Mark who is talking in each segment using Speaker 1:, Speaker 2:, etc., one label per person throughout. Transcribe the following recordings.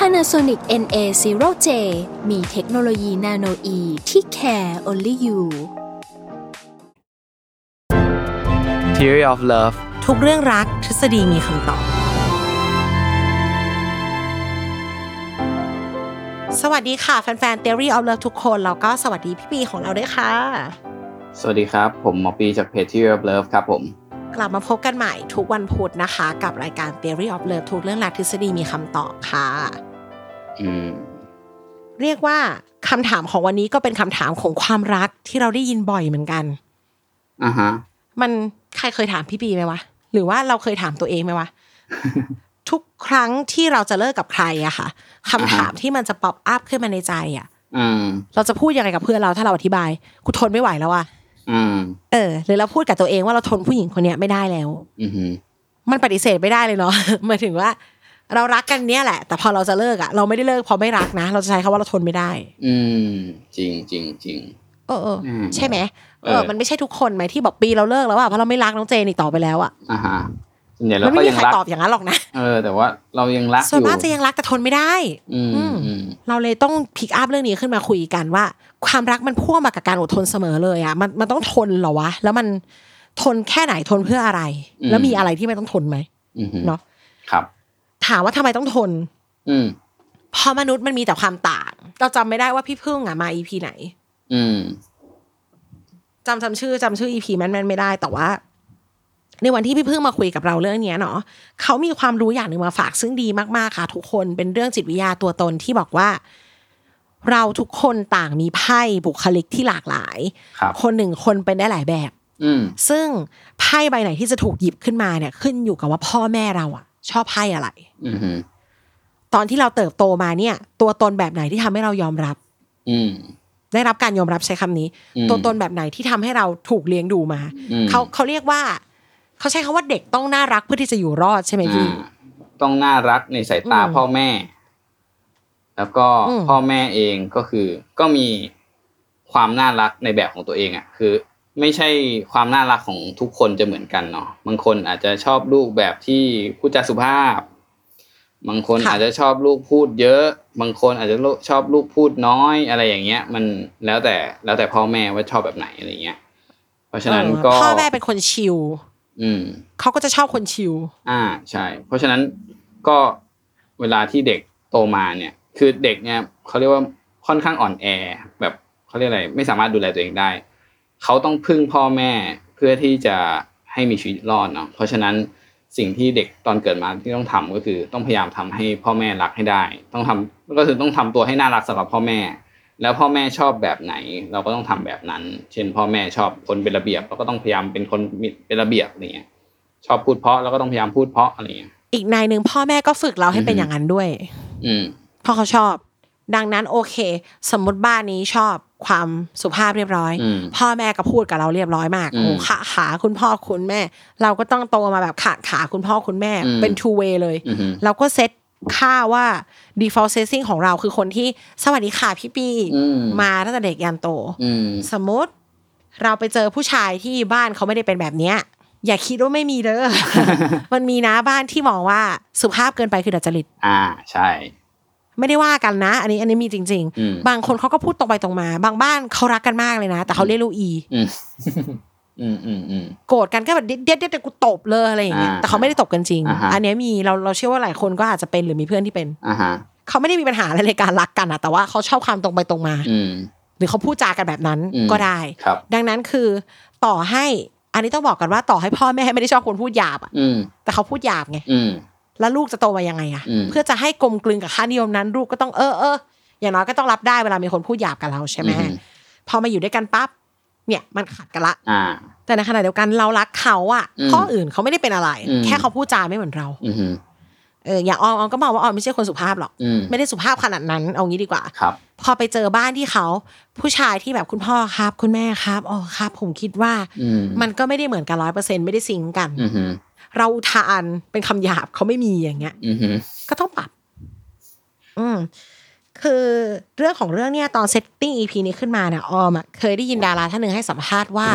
Speaker 1: Panasonic NA0J มีเทคโนโลยีนาโนอีที่ care only you
Speaker 2: Theory of Love
Speaker 3: ทุกเรื่องรักทฤษฎีมีคำตอบ สวัสดีค่ะ แฟนๆ Theory of Love ทุกคน แล้วก็สวัสดีพี่ปีของเราด้วยค่ะ
Speaker 2: สวัสดีครับ ผมหมอปีจากเพจ Theory of Love ครับผม
Speaker 3: กลับมาพบกันใหม่ทุกวันพุธนะคะ กับรายการ Theory of Love ทุกเรื่องรักทฤษฎีมีคำตอบค่ะ
Speaker 2: อืม
Speaker 3: เรียกว่าคำถามของวันนี้ก็เป็นคำถามของความรักที่เราได้ยินบ่อยเหมือนกัน
Speaker 2: อ่ะฮะ
Speaker 3: มันใครเคยถามพี่ปีไหมวะ หรือว่าเราเคยถามตัวเองไหม วะ ทุกครั้งที่เราจะเลิกกับใครอะค่ะคำถามที่มันจะป๊อปอัพขึ้นมาในใจอะ
Speaker 2: อืม
Speaker 3: เราจะพูดยังไงกับเพื่อนเราถ้าเราอธิบายกูทนไม่ไหวแล้วอะ
Speaker 2: อืม
Speaker 3: เออหรือเราพูดกับตัวเองว่าเราทนผู้หญิงคนเนี้ยไม่ได้แล้ว
Speaker 2: อืม
Speaker 3: มันปฏิเสธไม่ได้เลยเนาะ หมายถึงว่า เรารักกันเนี่ยแหละ แต่พอเราจะเลิกอะเราไม่ได้เลิกเพราะไม่รักนะ เราจะใช้คำว่าเราทนไม่ได้
Speaker 2: อืม จริงจริงจริง
Speaker 3: เออเอออ
Speaker 2: ม
Speaker 3: ใช่ไหมเอ
Speaker 2: เอ
Speaker 3: อ
Speaker 2: อ
Speaker 3: มันไม่ใช่ทุกคนไหมที่บอกปีเราเลิกแล้วอะเพราะเราไม่รักน้องเจนอีกต่อไปแล้วอะ
Speaker 2: อ่ะฮะส่วนใหญ่เรา
Speaker 3: มัน
Speaker 2: ก็
Speaker 3: ไม่มี
Speaker 2: ยัง
Speaker 3: ใคร
Speaker 2: รัก
Speaker 3: ตอบอย่างนั้นหรอกนะ
Speaker 2: เออ แต่ว่าเรายังรักอ
Speaker 3: ส่วน
Speaker 2: ยู่
Speaker 3: มากจะยังรักแต่ทนไม่ได้
Speaker 2: อืม
Speaker 3: อืม
Speaker 2: อืม
Speaker 3: เราเลยต้องพิกอัพเรื่องนี้ขึ้นมาคุยกันว่า ความรักมันพ่วงมากับการอดทนเสมอเลยอะมันมันต้องทนเหรอวะ แล้วมันทนแค่ไหนทนเพื่ออะไร
Speaker 2: อืม
Speaker 3: แล้วมีอะไรที่ไม่ต้องทนไหม
Speaker 2: อืม
Speaker 3: เนาะ
Speaker 2: ครับ
Speaker 3: ถามว่าทำไมต้องทน
Speaker 2: อืม
Speaker 3: เพราะมนุษย์มันมีแต่ความต่าง เราจำไม่ได้ว่าพี่พึ่งอะมาอีพีไหน
Speaker 2: อืม
Speaker 3: จำจำชื่อจำชื่ออีพีแม่นๆไม่ได้แต่ว่า ในวันที่พี่พึ่งมาคุยกับเราเรื่องเนี้ยเนาะเขามีความรู้อย่างหนึ่งมาฝากซึ่งดีมากๆค่ะ ทุกคนเป็นเรื่องจิตวิทยาตัวตนที่บอกว่า เราทุกคนต่างมีไพ่บุคลิกที่หลากหลาย
Speaker 2: ครับ
Speaker 3: คนหนึ่งคนเป็นได้หลายแบบ
Speaker 2: อืม
Speaker 3: ซึ่งไพ่ใบไหนที่จะถูกหยิบขึ้นมาเนี่ยขึ้นอยู่กับว่าพ่อแม่เราอะชอบไพ่อะไร
Speaker 2: อืม
Speaker 3: ตอนที่เราเติบโตมาเนี่ย ตัวตนแบบไหนที่ทำให้เรายอมรับ
Speaker 2: อืม
Speaker 3: ได้รับการยอมรับใช้คำนี้
Speaker 2: อืม
Speaker 3: ตัวตนแบบไหนที่ทำให้เราถูกเลี้ยงดูมา
Speaker 2: อืม
Speaker 3: เขาเขาเรียกว่า เขาใช้คำว่าเด็กต้องน่ารักเพื่อที่จะอยู่รอดใช่ไหมพี่
Speaker 2: อ่าต้องน่ารักในสายตา
Speaker 3: อืม
Speaker 2: พ่อแม่ แล้วก็
Speaker 3: อืม
Speaker 2: พ่อแม่เองก็คือ ก็มีความน่ารักในแบบของตัวเองอ่ะ คือ ไม่ใช่ความน่ารักของทุกคนจะเหมือนกันเนาะบางคนอาจจะชอบลูกแบบที่พูดจาสุภาพ บางคน
Speaker 3: ค่ะ
Speaker 2: อาจจะชอบลูกพูดเยอะ บางคนอาจจะชอบลูกพูดน้อยอะไรอย่างเงี้ย มันแล้วแต่แล้วแต่พ่อแม่ว่าชอบแบบไหนอะไรเงี้ย เพราะฉะนั้นก็
Speaker 3: เออพ่อแม่เป็นคนชิล
Speaker 2: อืม
Speaker 3: เขาก็จะชอบคนชิล
Speaker 2: อ่าใช่ เพราะฉะนั้นก็เวลาที่เด็กโตมาเนี่ย คือเด็กเนี่ยเขาเรียกว่าค่อนข้างอ่อนแอ แบบเขาเรียกอะไร ไม่สามารถดูแลตัวเองได้ เขาต้องพึ่งพ่อแม่เพื่อที่จะให้มีชีวิตรอดเนาะเพราะฉะนั้นสิ่งที่เด็กตอนเกิดมาที่ต้องทำก็คือต้องพยายามทำให้พ่อแม่รักให้ได้ ต้องทำก็คือต้องทำตัวให้น่ารักสำหรับพ่อแม่ แล้วพ่อแม่ชอบแบบไหน เราก็ต้องทำแบบนั้น เช่น พ่อแม่ชอบคนเป็นระเบียบเราก็ต้องพยายามเป็นคนมีเป็นระเบียบอะไรเงี้ย ชอบพูดเพราะเราก็ต้องพยายามพูดเพราะอะไรเงี้ย
Speaker 3: อีกนายหนึ่งพ่อแม่ก็ฝึกเราให้เป็น
Speaker 2: อือ
Speaker 3: อ
Speaker 2: ฮึ
Speaker 3: ย่างนั้นด้วย
Speaker 2: อืม
Speaker 3: เพราะเขาชอบ ดังนั้นโอเค สมมติบ้านนี้ชอบความสุภาพเรียบร้อย
Speaker 2: อืม
Speaker 3: พ่อแม่ก็พูดกับเราเรียบร้อยมาก
Speaker 2: อืม
Speaker 3: โอ้ขาขาคุณพ่อคุณแม่ เราก็ต้องโตมาแบบขาดขาคุณพ่อคุณแม่
Speaker 2: อืม
Speaker 3: เป็น two way เลย
Speaker 2: อืม
Speaker 3: เราก็เซตค่าว่า default setting ของเราคือคนที่สวัสดีค่ะพี่ปี
Speaker 2: อืม
Speaker 3: มาตั้งแต่เด็กยันโต
Speaker 2: อืม
Speaker 3: สมมติ เราไปเจอผู้ชายที่บ้านเขาไม่ได้เป็นแบบเนี้ย อย่าคิดว่าไม่มีเด้อ มันมีนะบ้านที่มองว่าสุภาพเกินไปคือดัจจริต
Speaker 2: อ่าใช่
Speaker 3: ไม่ได้ว่ากันนะ อันนี้อันนี้มีจริง
Speaker 2: อืม
Speaker 3: ๆ บางคนเขาก็พูดตรงไปตรงมา บางบ้านเขารักกันมากเลยนะ แต่เขาเรียกลูกอี
Speaker 2: อืมอืมอืมอืม
Speaker 3: โกรธกันก็แบบเด็ดเด็ดเด็ดแต่กูตบเลยอะไรอย่างเงี้ย
Speaker 2: อ่า
Speaker 3: แต่เขาไม่ได้ตบกันจริง
Speaker 2: อ่าฮะ
Speaker 3: อันเนี้ยมีเราเราเชื่อว่าหลายคนก็อาจจะเป็นหรือมีเพื่อนที่เป็น
Speaker 2: อ่าฮะ
Speaker 3: เขาไม่ได้มีปัญหาอะไรในการรักกันอะแต่ว่าเขาชอบความตรงไปตรงมา
Speaker 2: อืม
Speaker 3: หรือเขาพูดจากันแบบนั้น
Speaker 2: อืม
Speaker 3: ก็ได้
Speaker 2: ครับ
Speaker 3: ดังนั้นคือต่อให้อันนี้ต้องบอกกันว่าต่อให้พ่อแม่ไม่ได้ชอบคนพูดหยาบอะ
Speaker 2: อืม
Speaker 3: แต่เขาพูดหยาบไง
Speaker 2: อืม
Speaker 3: แล้วลูกจะโตมายังไงอะ
Speaker 2: อืม
Speaker 3: เพื่อจะให้กลมกลืนกับค่านิยมนั้น ลูกก็ต้องเออเอออย่างน้อยก็ต้องรับได้เวลามีคนพูดหยาบกับเราใช่ไหม
Speaker 2: อื
Speaker 3: พอมาอยู่ด้วยกันปั๊บเนี่ยมันขัดกันละ
Speaker 2: อ่า
Speaker 3: แต่ในขณะเดียวกันเรารักเขาอะ
Speaker 2: อืม
Speaker 3: ข้ออื่นเขาไม่ได้เป็นอะไร
Speaker 2: อืม
Speaker 3: แค่เขาพูดจาไม่เหมือนเรา
Speaker 2: อืม
Speaker 3: เ เอออย่างออมออมก็มองว่าออมไม่ใช่คนสุภาพหรอก
Speaker 2: อืม
Speaker 3: ไม่ได้สุภาพขนาดนั้นเอางี้ดีกว่า
Speaker 2: ครับ
Speaker 3: พอไปเจอบ้านที่เขาผู้ชายที่แบบคุณพ่อครับ คุณแม่ครับอ๋อครับ ผมคิดว่า
Speaker 2: อืม
Speaker 3: มันก็ไม่ได้เหมือนกันร้อยเปอร์เซ็นไม่ได้ซิงก์กัน
Speaker 2: อืมฮึ
Speaker 3: เราอุทานเป็นคำหยาบเขาไม่มีอย่างเงี้ย
Speaker 2: อืมฮึ
Speaker 3: ก็ต้องปรับ อืม คือเรื่องของเรื่องเนี่ยตอนเซตติ้ง EP นี้ขึ้นมาเนี่ยออมอะเคยได้ยินดาราท่านหนึ่งให้สัมภาษณ์ว่า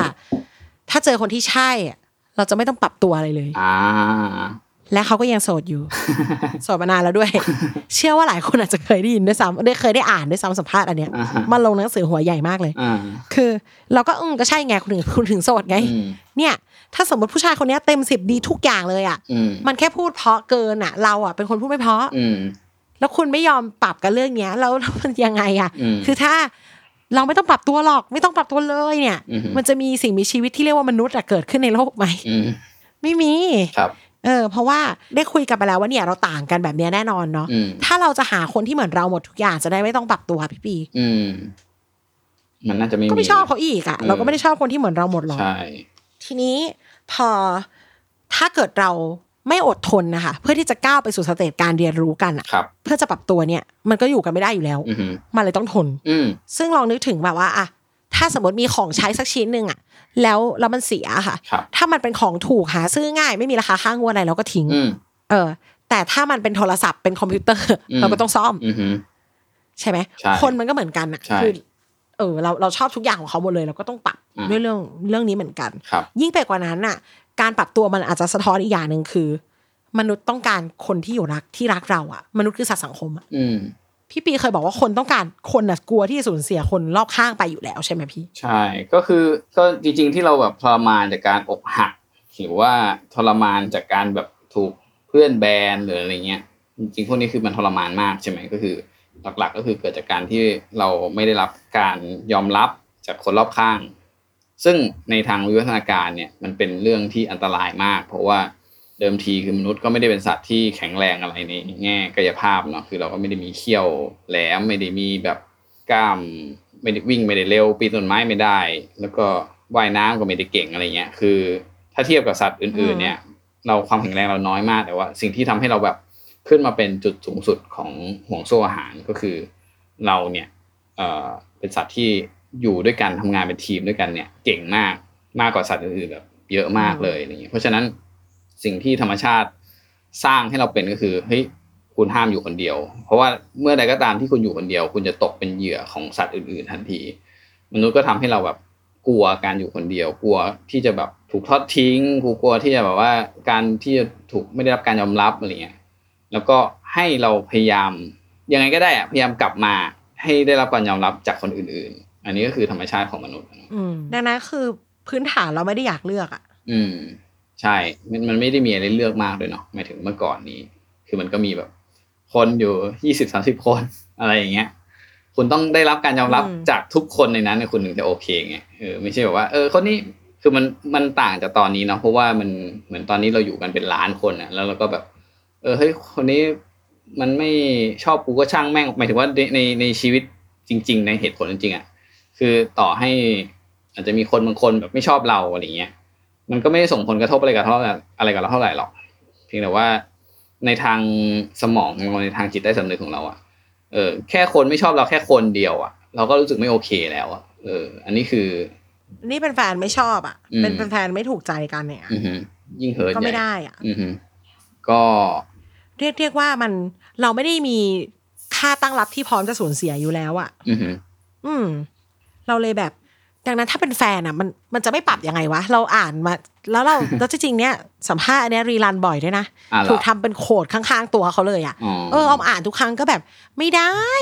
Speaker 3: ถ้าเจอคนที่ใช่อะเราจะไม่ต้องปรับตัวอะไรเลย
Speaker 2: อ่า
Speaker 3: และเขาก็ยังโสด อยู่ โสดมานานแล้วด้วย เชื่อว่าหลายคนอาจจะเคยได้ยินด้วยซ้ำได้เคยได้อ่านด้วยซ้ำสัมภาษณ์อันเนี้ย
Speaker 2: อ่าฮะ
Speaker 3: มันลงหนังสือหัวใหญ่มากเลย
Speaker 2: อ่า
Speaker 3: คือ เราก็อืมก็ใช่ไงคุณถึงคุณถึงโสดไง
Speaker 2: อืม
Speaker 3: เนี่ย ถ้าสมมติผู้ชายคนเนี้ยเต็มสิบดีทุกอย่างเลยอ่ะ
Speaker 2: อืม
Speaker 3: มันแค่พูดเพราะเกินอ่ะ เราอ่ะเป็นคนพูดไม่เพราะ
Speaker 2: อืม
Speaker 3: แล้วคุณไม่ยอมปรับกับเรื่องเนี้ยแล้ว แล้วมันยังไงอะ
Speaker 2: อืม
Speaker 3: คือถ้าเราไม่ต้องปรับตัวหรอก ไม่ต้องปรับตัวเลยเนี่ย
Speaker 2: อือหือ
Speaker 3: มันจะมีสิ่งมีชีวิตที่เรียกว่ามนุษย์อะเกิดขึ้นในโลกไหม
Speaker 2: อืม
Speaker 3: ไม่มี
Speaker 2: ครับ
Speaker 3: เออ เพราะว่าได้คุยกันไปแล้วว่าเนี่ยเราต่างกันแบบเนี้ยแน่นอนเนาะ
Speaker 2: อืม
Speaker 3: ถ้าเราจะหาคนที่เหมือนเราหมดทุกอย่างจะได้ไม่ต้องปรับตัวพี่ปี
Speaker 2: อืมมันน่าจะไม่
Speaker 3: ก็ไม่
Speaker 2: มี
Speaker 3: ชอบเขาอีกอะ
Speaker 2: อืม
Speaker 3: เราก็ไม่ได้ชอบคนที่เหมือนเราหมดหรอก
Speaker 2: ใช่
Speaker 3: ทีนี้พอถ้าเกิดเราไม่อดทนนะคะเพื่อที่จะก้าวไปสู่สเตจการเรียนรู้กันอะ
Speaker 2: ครับ
Speaker 3: เพื่อจะปรับตัวเนี่ยมันก็อยู่กันไม่ได้อยู่แล้ว
Speaker 2: อืมฮึ
Speaker 3: มันเลยต้องทน
Speaker 2: อืม
Speaker 3: ซึ่งลองนึกถึงแบบว่าอะถ้าสมมติมีของใช้สักชิ้นหนึ่งอะแล้วแล้วมันเสียค่ะ
Speaker 2: ครับ
Speaker 3: ถ้ามันเป็นของถูกหาซื้อง่าย ไม่มีราคาข้างงวดอะไรเราก็ทิ้ง
Speaker 2: อืม
Speaker 3: เออ แต่ถ้ามันเป็นโทรศัพท์เป็นคอมพิวเตอร์
Speaker 2: อืม
Speaker 3: เราก็ต้องซ่อม
Speaker 2: อืมฮึ
Speaker 3: ใช่ไหม
Speaker 2: ใช่
Speaker 3: คนมันก็เหมือนกันอะ
Speaker 2: ใช่
Speaker 3: คือเออเราเราชอบทุกอย่างของเขาหมดเลยเราก็ต้องปรับ
Speaker 2: อืม
Speaker 3: ด้วยเรื่องเรื่องนี้เหมือนกัน
Speaker 2: ครับ
Speaker 3: ยิ่งไปกว่านั้นอะการปรับตัวมันอาจจะสะท้อนอีกอย่างหนึ่งคือ มนุษย์ต้องการคนที่อยู่รักที่รักเราอะมนุษย์คือสัตว์สังคมอะ
Speaker 2: อืม
Speaker 3: พี่ปีเคยบอกว่าคนต้องการคนน่ะกลัวที่จะสูญเสียคนรอบข้างไปอยู่แล้วใช่ไหมพี่
Speaker 2: ใช่ ก็คือก็จริงๆที่เราแบบทรมานจากการอกหัก หรือว่าทรมานจากการแบบถูกเพื่อนแบนหรืออะไรเงี้ย จริงๆพวกนี้คือมันทรมานมากใช่ไหมก็คือ หลักๆก็คือเกิดจากการที่เราไม่ได้รับการยอมรับจากคนรอบข้าง ซึ่งในทางวิวัฒนาการเนี่ยมันเป็นเรื่องที่อันตรายมาก เพราะว่าเดิมทีคือมนุษย์ก็ไม่ได้เป็นสัตว์ที่แข็งแรงอะไรในแง่กายภาพเนาะคือเราก็ไม่ได้มีเขี้ยวแหลมไม่ได้มีแบบกล้ามไม่ได้วิ่งไม่ได้เร็วปีนต้นไม้ไม่ได้ แล้วก็ว่ายน้ำก็ไม่ได้เก่งอะไรเงี้ยคือ ถ้าเทียบกับสัตว์อื่น ๆ เนี่ย เราความแข็งแรงเราน้อยมากแต่ว่า สิ่งที่ทำให้เราแบบขึ้นมาเป็นจุดสูงสุดของห่วงโซ่อาหารก็คือเราเนี่ย เอ่อเป็นสัตว์ที่อยู่ด้วยกันทำงานเป็นทีมด้วยกันเนี่ยเก่งมากมากกว่าสัตว์อื่นๆแบบเยอะมากเลยอะไรอย่างเงี้ยเพราะฉะนั้นสิ่งที่ธรรมชาติสร้างให้เราเป็นก็คือเฮ้ยคุณห้ามอยู่คนเดียว เพราะว่าเมื่อใดก็ตามที่คุณอยู่คนเดียว คุณจะตกเป็นเหยื่อของสัตว์อื่น ๆ ทันที มนุษย์ก็ทำให้เราแบบกลัวการอยู่คนเดียว กลัวที่จะแบบถูกทอดทิ้งกลัวที่จะแบบว่าการที่จะถูกไม่ได้รับการยอมรับอะไรเงี้ย แล้วก็ให้เราพยายามยังไงก็ได้อะพยายามกลับมาให้ได้รับการยอมรับจากคนอื่น ๆ อันนี้ก็คือธรรมชาติของมนุษย์
Speaker 3: ดังนั้นคือพื้นฐานเราไม่ได้อยากเลือกอะ
Speaker 2: อืม ใช่มันมันไม่ได้มีอะไรเลือกมากเลยเนาะหมายถึงเมื่อก่อนนี้ คือมันก็มีแบบ คนอยู่ยี่สิบสามสิบคน อะไรอย่างเงี้ย คุณต้องได้รับการยอมรับจากทุกคนในนั้นคุณถึงจะโอเคไงเออไม่ใช่แบบว่าเออคนนี้คือมันมันต่างจากตอนนี้เนาะเพราะว่ามันเหมือนตอนนี้เราอยู่กันเป็นล้านคนอะแล้วเราก็แบบ เออเฮ้ยคนนี้มันไม่ชอบกูก็ช่างแม่งหมายถึงว่าในในในชีวิตจริง ๆ ในเหตุผลจริงๆอะคือต่อให้อาจจะมีคนบางคนแบบไม่ชอบเราอะไรอย่างเงี้ย มันก็ไม่ได้ส่งผลกระทบอะไรกับเท่าไหร่อะไรกับเราเท่าไหร่หรอก เพียงแต่ว่าในทางสมองของเราในทางจิตใต้สำนึกของเราอะเออแค่คนไม่ชอบเราแค่คนเดียวอะเราก็รู้สึกไม่โอเคแล้วอะเออ อันนี้คือ
Speaker 3: นี่เป็นแฟนไม่ชอบอะ
Speaker 2: อืม
Speaker 3: เป็นเป็นแฟนไม่ถูกใจกันเนี่ย
Speaker 2: อือหือยิ่งเหิน
Speaker 3: ก็ไม่
Speaker 2: ใหญ่
Speaker 3: ได้อะ
Speaker 2: อือหือก็
Speaker 3: เรียกเรียกว่ามันเราไม่ได้มีค่าตั้งรับที่พร้อมจะสูญเสียอยู่แล้วอะ
Speaker 2: อือหือ
Speaker 3: อืม เราเลยแบบ ดังนั้นถ้าเป็นแฟนอะมันมันจะไม่ปรับยังไงวะเราอ่านมา แล้วเรา แล้วจริงๆเนี่ยสัมภาษณ์อันเนี้ยรีรันบ่อยด้วยนะ
Speaker 2: อ่าเหรอ
Speaker 3: ถูกทำเป็นโขดข้างๆตัวเขาเลยอะ
Speaker 2: อ๋อ
Speaker 3: เออออมอ่านทุกครั้งก็แบบไม่ได้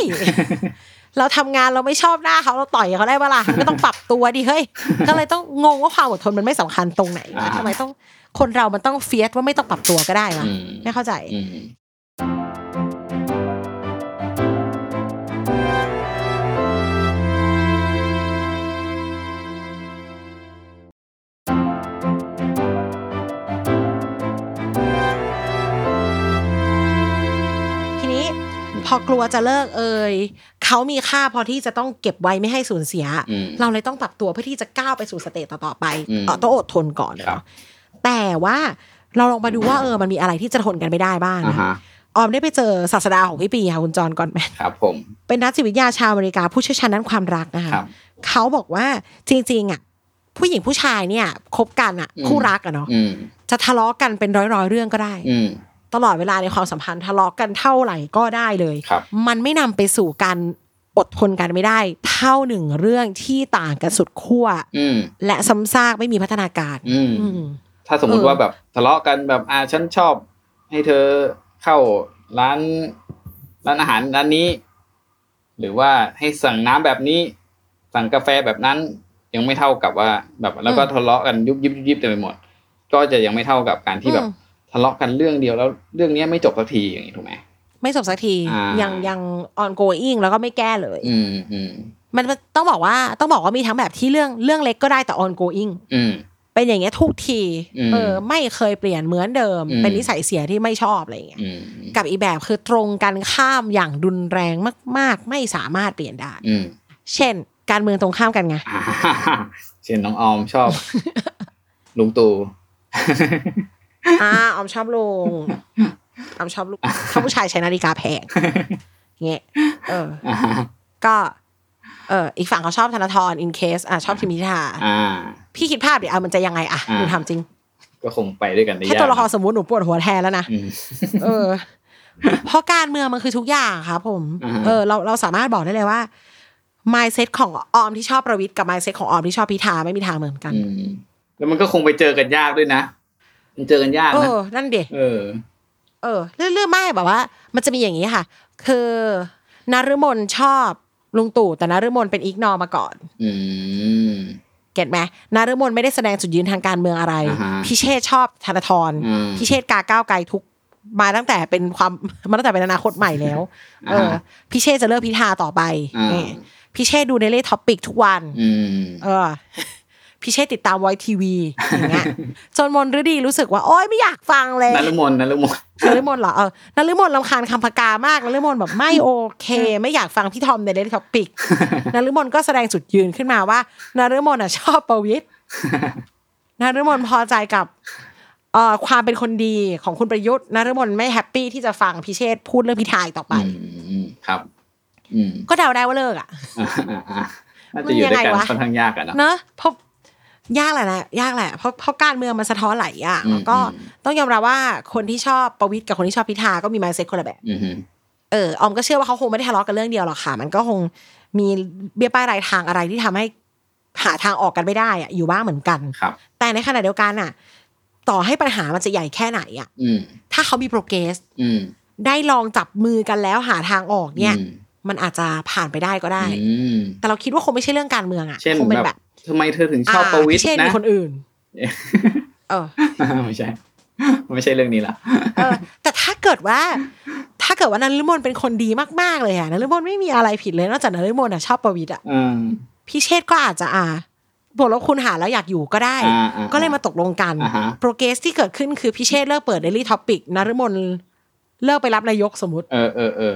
Speaker 3: เราทำงานเราไม่ชอบหน้าเขาเราต่อยเขาได้ปะล่ะก็ต้องปรับตัวดิเฮ้ย ก็เลยต้องงงว่าความอดทนมันไม่สำคัญตรงไหนวะทำไมต้องคนเรามันต้องเฟียสว่าไม่ต้องปรับตัวก็ได้วะ
Speaker 2: อืม
Speaker 3: ไม่เข้าใจ
Speaker 2: อืม
Speaker 3: ทีนี้พอกลัวจะเลิกเอ่ยเขามีค่าพอที่จะต้องเก็บไว้ไม่ให้สูญเสีย
Speaker 2: อืม
Speaker 3: เราเลยต้องปรับตัวเพื่อที่จะก้าวไปสู่สเตจต่อๆไป
Speaker 2: อืม
Speaker 3: เอ่อต้องอดทนก่อน
Speaker 2: ครับ
Speaker 3: เนาะแต่ว่าเราลองมาดูว่าเออมันมีอะไรที่จะทนกันไม่ได้บ้าง
Speaker 2: อ่า
Speaker 3: นะ
Speaker 2: ฮะ
Speaker 3: ออมได้ไปเจอศาสดาของพี่ปีค่ะคุณจอห์นกอนแมน
Speaker 2: ครับผม
Speaker 3: เป็นนักจิตวิทยาชาวอเมริกาผู้เชี่ยวชาญด้านความรักนะคะ
Speaker 2: ครับ
Speaker 3: เขาบอกว่าจริงๆอ่ะผู้หญิงผู้ชายเนี่ยคบกันอ่ะ
Speaker 2: อืม
Speaker 3: คู่รักอ่ะเนาะ
Speaker 2: อืม
Speaker 3: จะทะเลาะกันเป็นร้อยร้อยๆเรื่องก็ได้
Speaker 2: อืม
Speaker 3: ตลอดเวลาในความสัมพันธ์ทะเลาะกันเท่าไหร่ก็ได้เลย
Speaker 2: ครับ
Speaker 3: มันไม่นำไปสู่การอดทนกันไม่ได้ เท่าหนึ่งเรื่องที่ต่างกันสุดขั้ว
Speaker 2: อืม
Speaker 3: และซ้ำซากไม่มีพัฒนาการ
Speaker 2: อืม
Speaker 3: อืม
Speaker 2: ถ้าสมมุติ
Speaker 3: เออ
Speaker 2: ว่าแบบทะเลาะกันแบบอ่าฉันชอบให้เธอเข้าร้านร้านอาหารร้านนี้ หรือว่าให้สั่งน้ำแบบนี้ สั่งกาแฟแบบนั้นยังไม่เท่ากับว่าแบบแล้วก็ทะเลาะกันยุบยิบยุบยิบเต็มไปหมด ก็จะยังไม่เท่ากับการที่แบบ
Speaker 3: อืม
Speaker 2: ทะเลาะกันเรื่องเดียวแล้วเรื่องเนี้ยไม่จบสักทีอย่างนี้ถูกไหม
Speaker 3: ไม่จบสักที
Speaker 2: อ่ายั
Speaker 3: ยังยัง ongoing แล้วก็ไม่แก้เลย
Speaker 2: อืมอืม
Speaker 3: มันมันต้องบอกว่าต้องบอกว่ามีทั้งแบบที่เรื่องเรื่องเล็กก็ได้แต่ ongoing
Speaker 2: อืม
Speaker 3: เป็นอย่างเงี้ยทุกที
Speaker 2: อืม
Speaker 3: เออ ไม่เคยเปลี่ยนเหมือนเดิม
Speaker 2: อืม
Speaker 3: เป็นนิสัยเสียที่ไม่ชอบอะไรอย่างเงี้ย
Speaker 2: อืม
Speaker 3: กับอีกแบบคือตรงกันข้ามอย่างรุนแรงมาก ๆ ไม่สามารถเปลี่ยนได้
Speaker 2: อืม
Speaker 3: เช่น การเมืองตรงข้ามกันไง
Speaker 2: อ่าเช่นน้องออมชอบ ลุงตู่
Speaker 3: อ่าออมชอบลงออมชอบลูกชอบผู้ชายใช้นาฬิกาแพงเงี้ยเออ
Speaker 2: อ่า
Speaker 3: ก็เอออีกฝั่งเขาชอบธนาธรอินเคสอ่ะชอบทิมพิธา
Speaker 2: อ่า
Speaker 3: พี่คิดภาพดิอ่ะมันจะยังไงอ่ะ
Speaker 2: อ่า
Speaker 3: หนูทำจริง
Speaker 2: ก็คงไปด้วยกันได้ยาก
Speaker 3: แค่ตัวละครสมมติหนูปวดหัวแทนแล้วนะ
Speaker 2: อืม
Speaker 3: เออ เพราะการเมืองมันคือทุกอย่างค่ะผม
Speaker 2: อ่าฮะ
Speaker 3: เออ เราเราสามารถบอกได้เลยว่า mindset ของออมที่ชอบประวิทย์กับ mindset ของออมที่ชอบพิธาไม่มีทางเหมือนกัน
Speaker 2: อืมแล้วมันก็คงไปเจอกันยากด้วยนะ มันเจอกันยาก
Speaker 3: เอ
Speaker 2: นะ
Speaker 3: อ นั่นเด็
Speaker 2: เออ
Speaker 3: เออเรื่องเรื่องไม่แบบว่า มันจะมีอย่างนี้ค่ะ คือนารมนชอบลุงตู่แต่นารมนเป็นอีกนอมาก่อน
Speaker 2: อืม
Speaker 3: เก็ตไหมนารมนไม่ได้แสดงจุดยืนทางการเมืองอะไร
Speaker 2: อ่าฮะ
Speaker 3: พิเชษชอบธนาธร
Speaker 2: อืม
Speaker 3: พิเชษกาก้าวไกลทุกมาตั้งแต่เป็นความ มาตั้งแต่เป็นอนาคตใหม่แล้ว เออ
Speaker 2: อ่าฮะ
Speaker 3: พิเชษจะเลิกพิธาต่อไป
Speaker 2: อ่า
Speaker 3: นี่พิเชษดูในเล่ท็อปิกทุกวัน
Speaker 2: อืม
Speaker 3: เออ พิเชษติดตามไวทีวีอย่างเงี้ยจนมนฤดีรู้สึกว่าโอ๊ยไม่อยากฟังเลย
Speaker 2: นันลมนนันลมน
Speaker 3: นฤมลเหรอเออนฤมลลำคาญคำพกามากนฤมลแบบไม่โอเค ไม่อยากฟังพี่ทอมในเดลิทอ ปิกนฤมลก็แสดงจุดยืนขึ้นมาว่านฤมลอ่ะชอบประวิตร นฤมลพอใจกับเอ่อความเป็นคนดีของคุณประยุทธ์นฤมลไม่แฮปปี้ที่จะฟังพิเชษพูดเรื่องพิธายต่อไป
Speaker 2: อืมครับ อืม
Speaker 3: ก็เดาได้ว่าเลิกอ่ะ
Speaker 2: อ่าอ่าอ่าน่าจะอยู่ด้วยกัน
Speaker 3: มันยังไงวะ
Speaker 2: ค่อนข้างยากอะเนอะ
Speaker 3: เนอะเพราะยากแหละนะยากแหละเพราะเพราะการเมืองมันสะท้อนหลายอย่างแล้วก็
Speaker 2: อืม
Speaker 3: ต้องยอมรับว่าคนที่ชอบประวิตรกับคนที่ชอบพิธาก็มีมายเซ็ตคนละแบบ
Speaker 2: อืม
Speaker 3: เออออมก็เชื่อว่าเขาคงไม่ได้ทะเลาะกันเรื่องเดียวหรอกค่ะ มันก็คงมีเบี้ยป้ายรายทางอะไรที่ทำให้หาทางออกกันไม่ได้อะอยู่บ้างเหมือนกัน
Speaker 2: ครับ
Speaker 3: แต่ในขณะเดียวกันน่ะ ต่อให้ปัญหามันจะใหญ่แค่ไหนอ่ะ
Speaker 2: อืม
Speaker 3: ถ้าเขามีโปรเกรส
Speaker 2: อืม
Speaker 3: ได้ลองจับมือกันแล้วหาทางออกเนี่ย
Speaker 2: อืม
Speaker 3: มันอาจจะผ่านไปได้ก็ได้
Speaker 2: อืม
Speaker 3: แต่เราคิดว่าคงไม่ใช่เรื่องการเมืองอ่ะ
Speaker 2: เช่น
Speaker 3: คงเป็น
Speaker 2: แบ
Speaker 3: แบบ บ
Speaker 2: ทำไมเธอถึงชอบประวิต
Speaker 3: าร พิเช่น
Speaker 2: นะ
Speaker 3: มีคน อื่น เออ
Speaker 2: ไม่ใช่ ไม่ใช่เรื่องนี้ละ
Speaker 3: เออแต่ถ้าเกิดว่า ถ้าเกิดว่านฤมลเป็นคนดีมากๆเลยอ่ะนฤมลไม่มีอะไรผิดเลยนอกจากนฤมลอ่ะชอบประวิตรอ่ะ
Speaker 2: อืม
Speaker 3: พี่เชษก็อาจจะอ่าบวกลบคูณหารแล้วอยากอยู่ก็ได้
Speaker 2: อ่าอ่
Speaker 3: ก็เลยมาตกลงกัน
Speaker 2: อ่าฮะ
Speaker 3: โปรเกรสที่เกิดขึ้นคือพี่เชษเลิกเปิดเดลี่ท็อปิกนฤมลเลิกไปรับนายกสมมติ
Speaker 2: เออเออเออ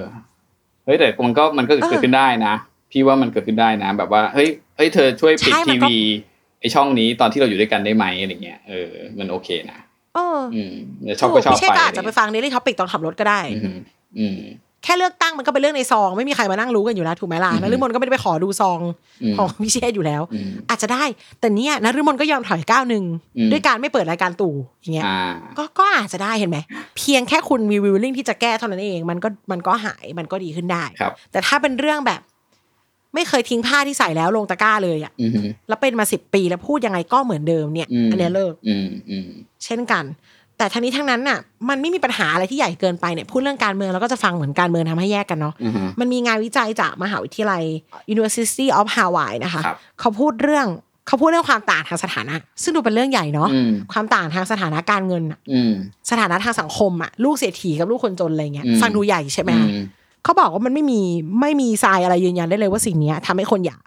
Speaker 2: เฮ้ยแต่มันก็มันก็
Speaker 3: เออ
Speaker 2: เกิดขึ้นได้นะ พี่ว่ามันเกิดขึ้นได้นะ แบบว่าเฮ้ยเฮ้ยเธอช่วยปิด
Speaker 3: ใช่มั
Speaker 2: ที
Speaker 3: นก็
Speaker 2: วีไอช่องนี้ตอนที่เราอยู่ด้วยกันได้ไหมอะไรเงี้ยเออมันโอเคนะ
Speaker 3: เออ
Speaker 2: อืมเดี๋ยวชอบก็ชอบ
Speaker 3: พี่เชษ
Speaker 2: ไป
Speaker 3: ก็อาจจะไปฟังเดลี่ท็อปิกตอนขับรถก็ได้
Speaker 2: อืมอืม
Speaker 3: แค่เลือกตั้งมันก็เป็นเรื่องในซอง ไม่มีใครมานั่งรู้กันอยู่แล้วถูกไหมล่ะ
Speaker 2: อือฮึ
Speaker 3: นฤมลก็ไม่ได้ไปขอดูซอง
Speaker 2: อืม
Speaker 3: ของพี่เชษอยู่แล้ว
Speaker 2: อืม
Speaker 3: อาจจะได้ แต่เนี้ยนฤมลก็ยอมถอยก้าวหนึ่ง
Speaker 2: อืม
Speaker 3: ด้วยการไม่เปิดรายการตู่อย่างเงี้ย
Speaker 2: อ่า
Speaker 3: ก็ก็อาจจะได้เห็นไหมเพียงแค่คุณมีวิวลิ่งที่จะแก้เท่านั้นเองมันก็มันก็หายมันก็ดีขึ้นได้
Speaker 2: ครับ
Speaker 3: แต่ถ้าเป็นเรื่องแบบ ไม่เคยทิ้งผ้าที่ใส่แล้วลงตะกร้าเลยอะ
Speaker 2: อืม
Speaker 3: แล้วเป็นมาสิบปีแล้วพูดยังไงก็เหมือนเดิมเนี่ย
Speaker 2: อืม
Speaker 3: อันเนี้ยเลิก
Speaker 2: อืมอืม
Speaker 3: เช่นกัน แต่ทั้งนี้ทั้งนั้นน่ะ มันไม่มีปัญหาอะไรที่ใหญ่เกินไปเนี่ยพูดเรื่องการเมืองแล้วก็จะฟังเหมือนการเมืองทำให้แยกกันเนาะ
Speaker 2: อืม
Speaker 3: มันมีงานวิจัยจากมหาวิทยาลัย University of Hawaii นะคะ
Speaker 2: ครับ
Speaker 3: เขาพูดเรื่องเขาพูดเรื่องความต่างทางสถานะ ซึ่งดูเป็นเรื่องใหญ่เนาะ
Speaker 2: อืม
Speaker 3: ความต่างทางสถานะการเงินน่ะ
Speaker 2: อืม
Speaker 3: สถานะทางสังคมอะลูกเศรษฐีกับลูกคนจนอะไรเงี้ย
Speaker 2: อืม
Speaker 3: ฟังดูใหญ่ใช่ไหม
Speaker 2: อื
Speaker 3: คะ
Speaker 2: ม
Speaker 3: เขาบอกว่ามันไม่มีไม่มีทรายอะไรยืนยันได้เลยว่าสิ่งเนี้ยทำให้คนหย่า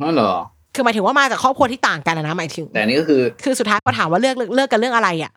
Speaker 2: อ๋อเหรอ
Speaker 3: คือหมายถึงว่ามาจากครอบครัวที่ต่างกันอะนะหมายถึง
Speaker 2: แต่อันนี่ก็คือ
Speaker 3: คือสุดท้ายพอถามว่าเลิกเลิกเลิกกันเรื่องอะไรอ่ะ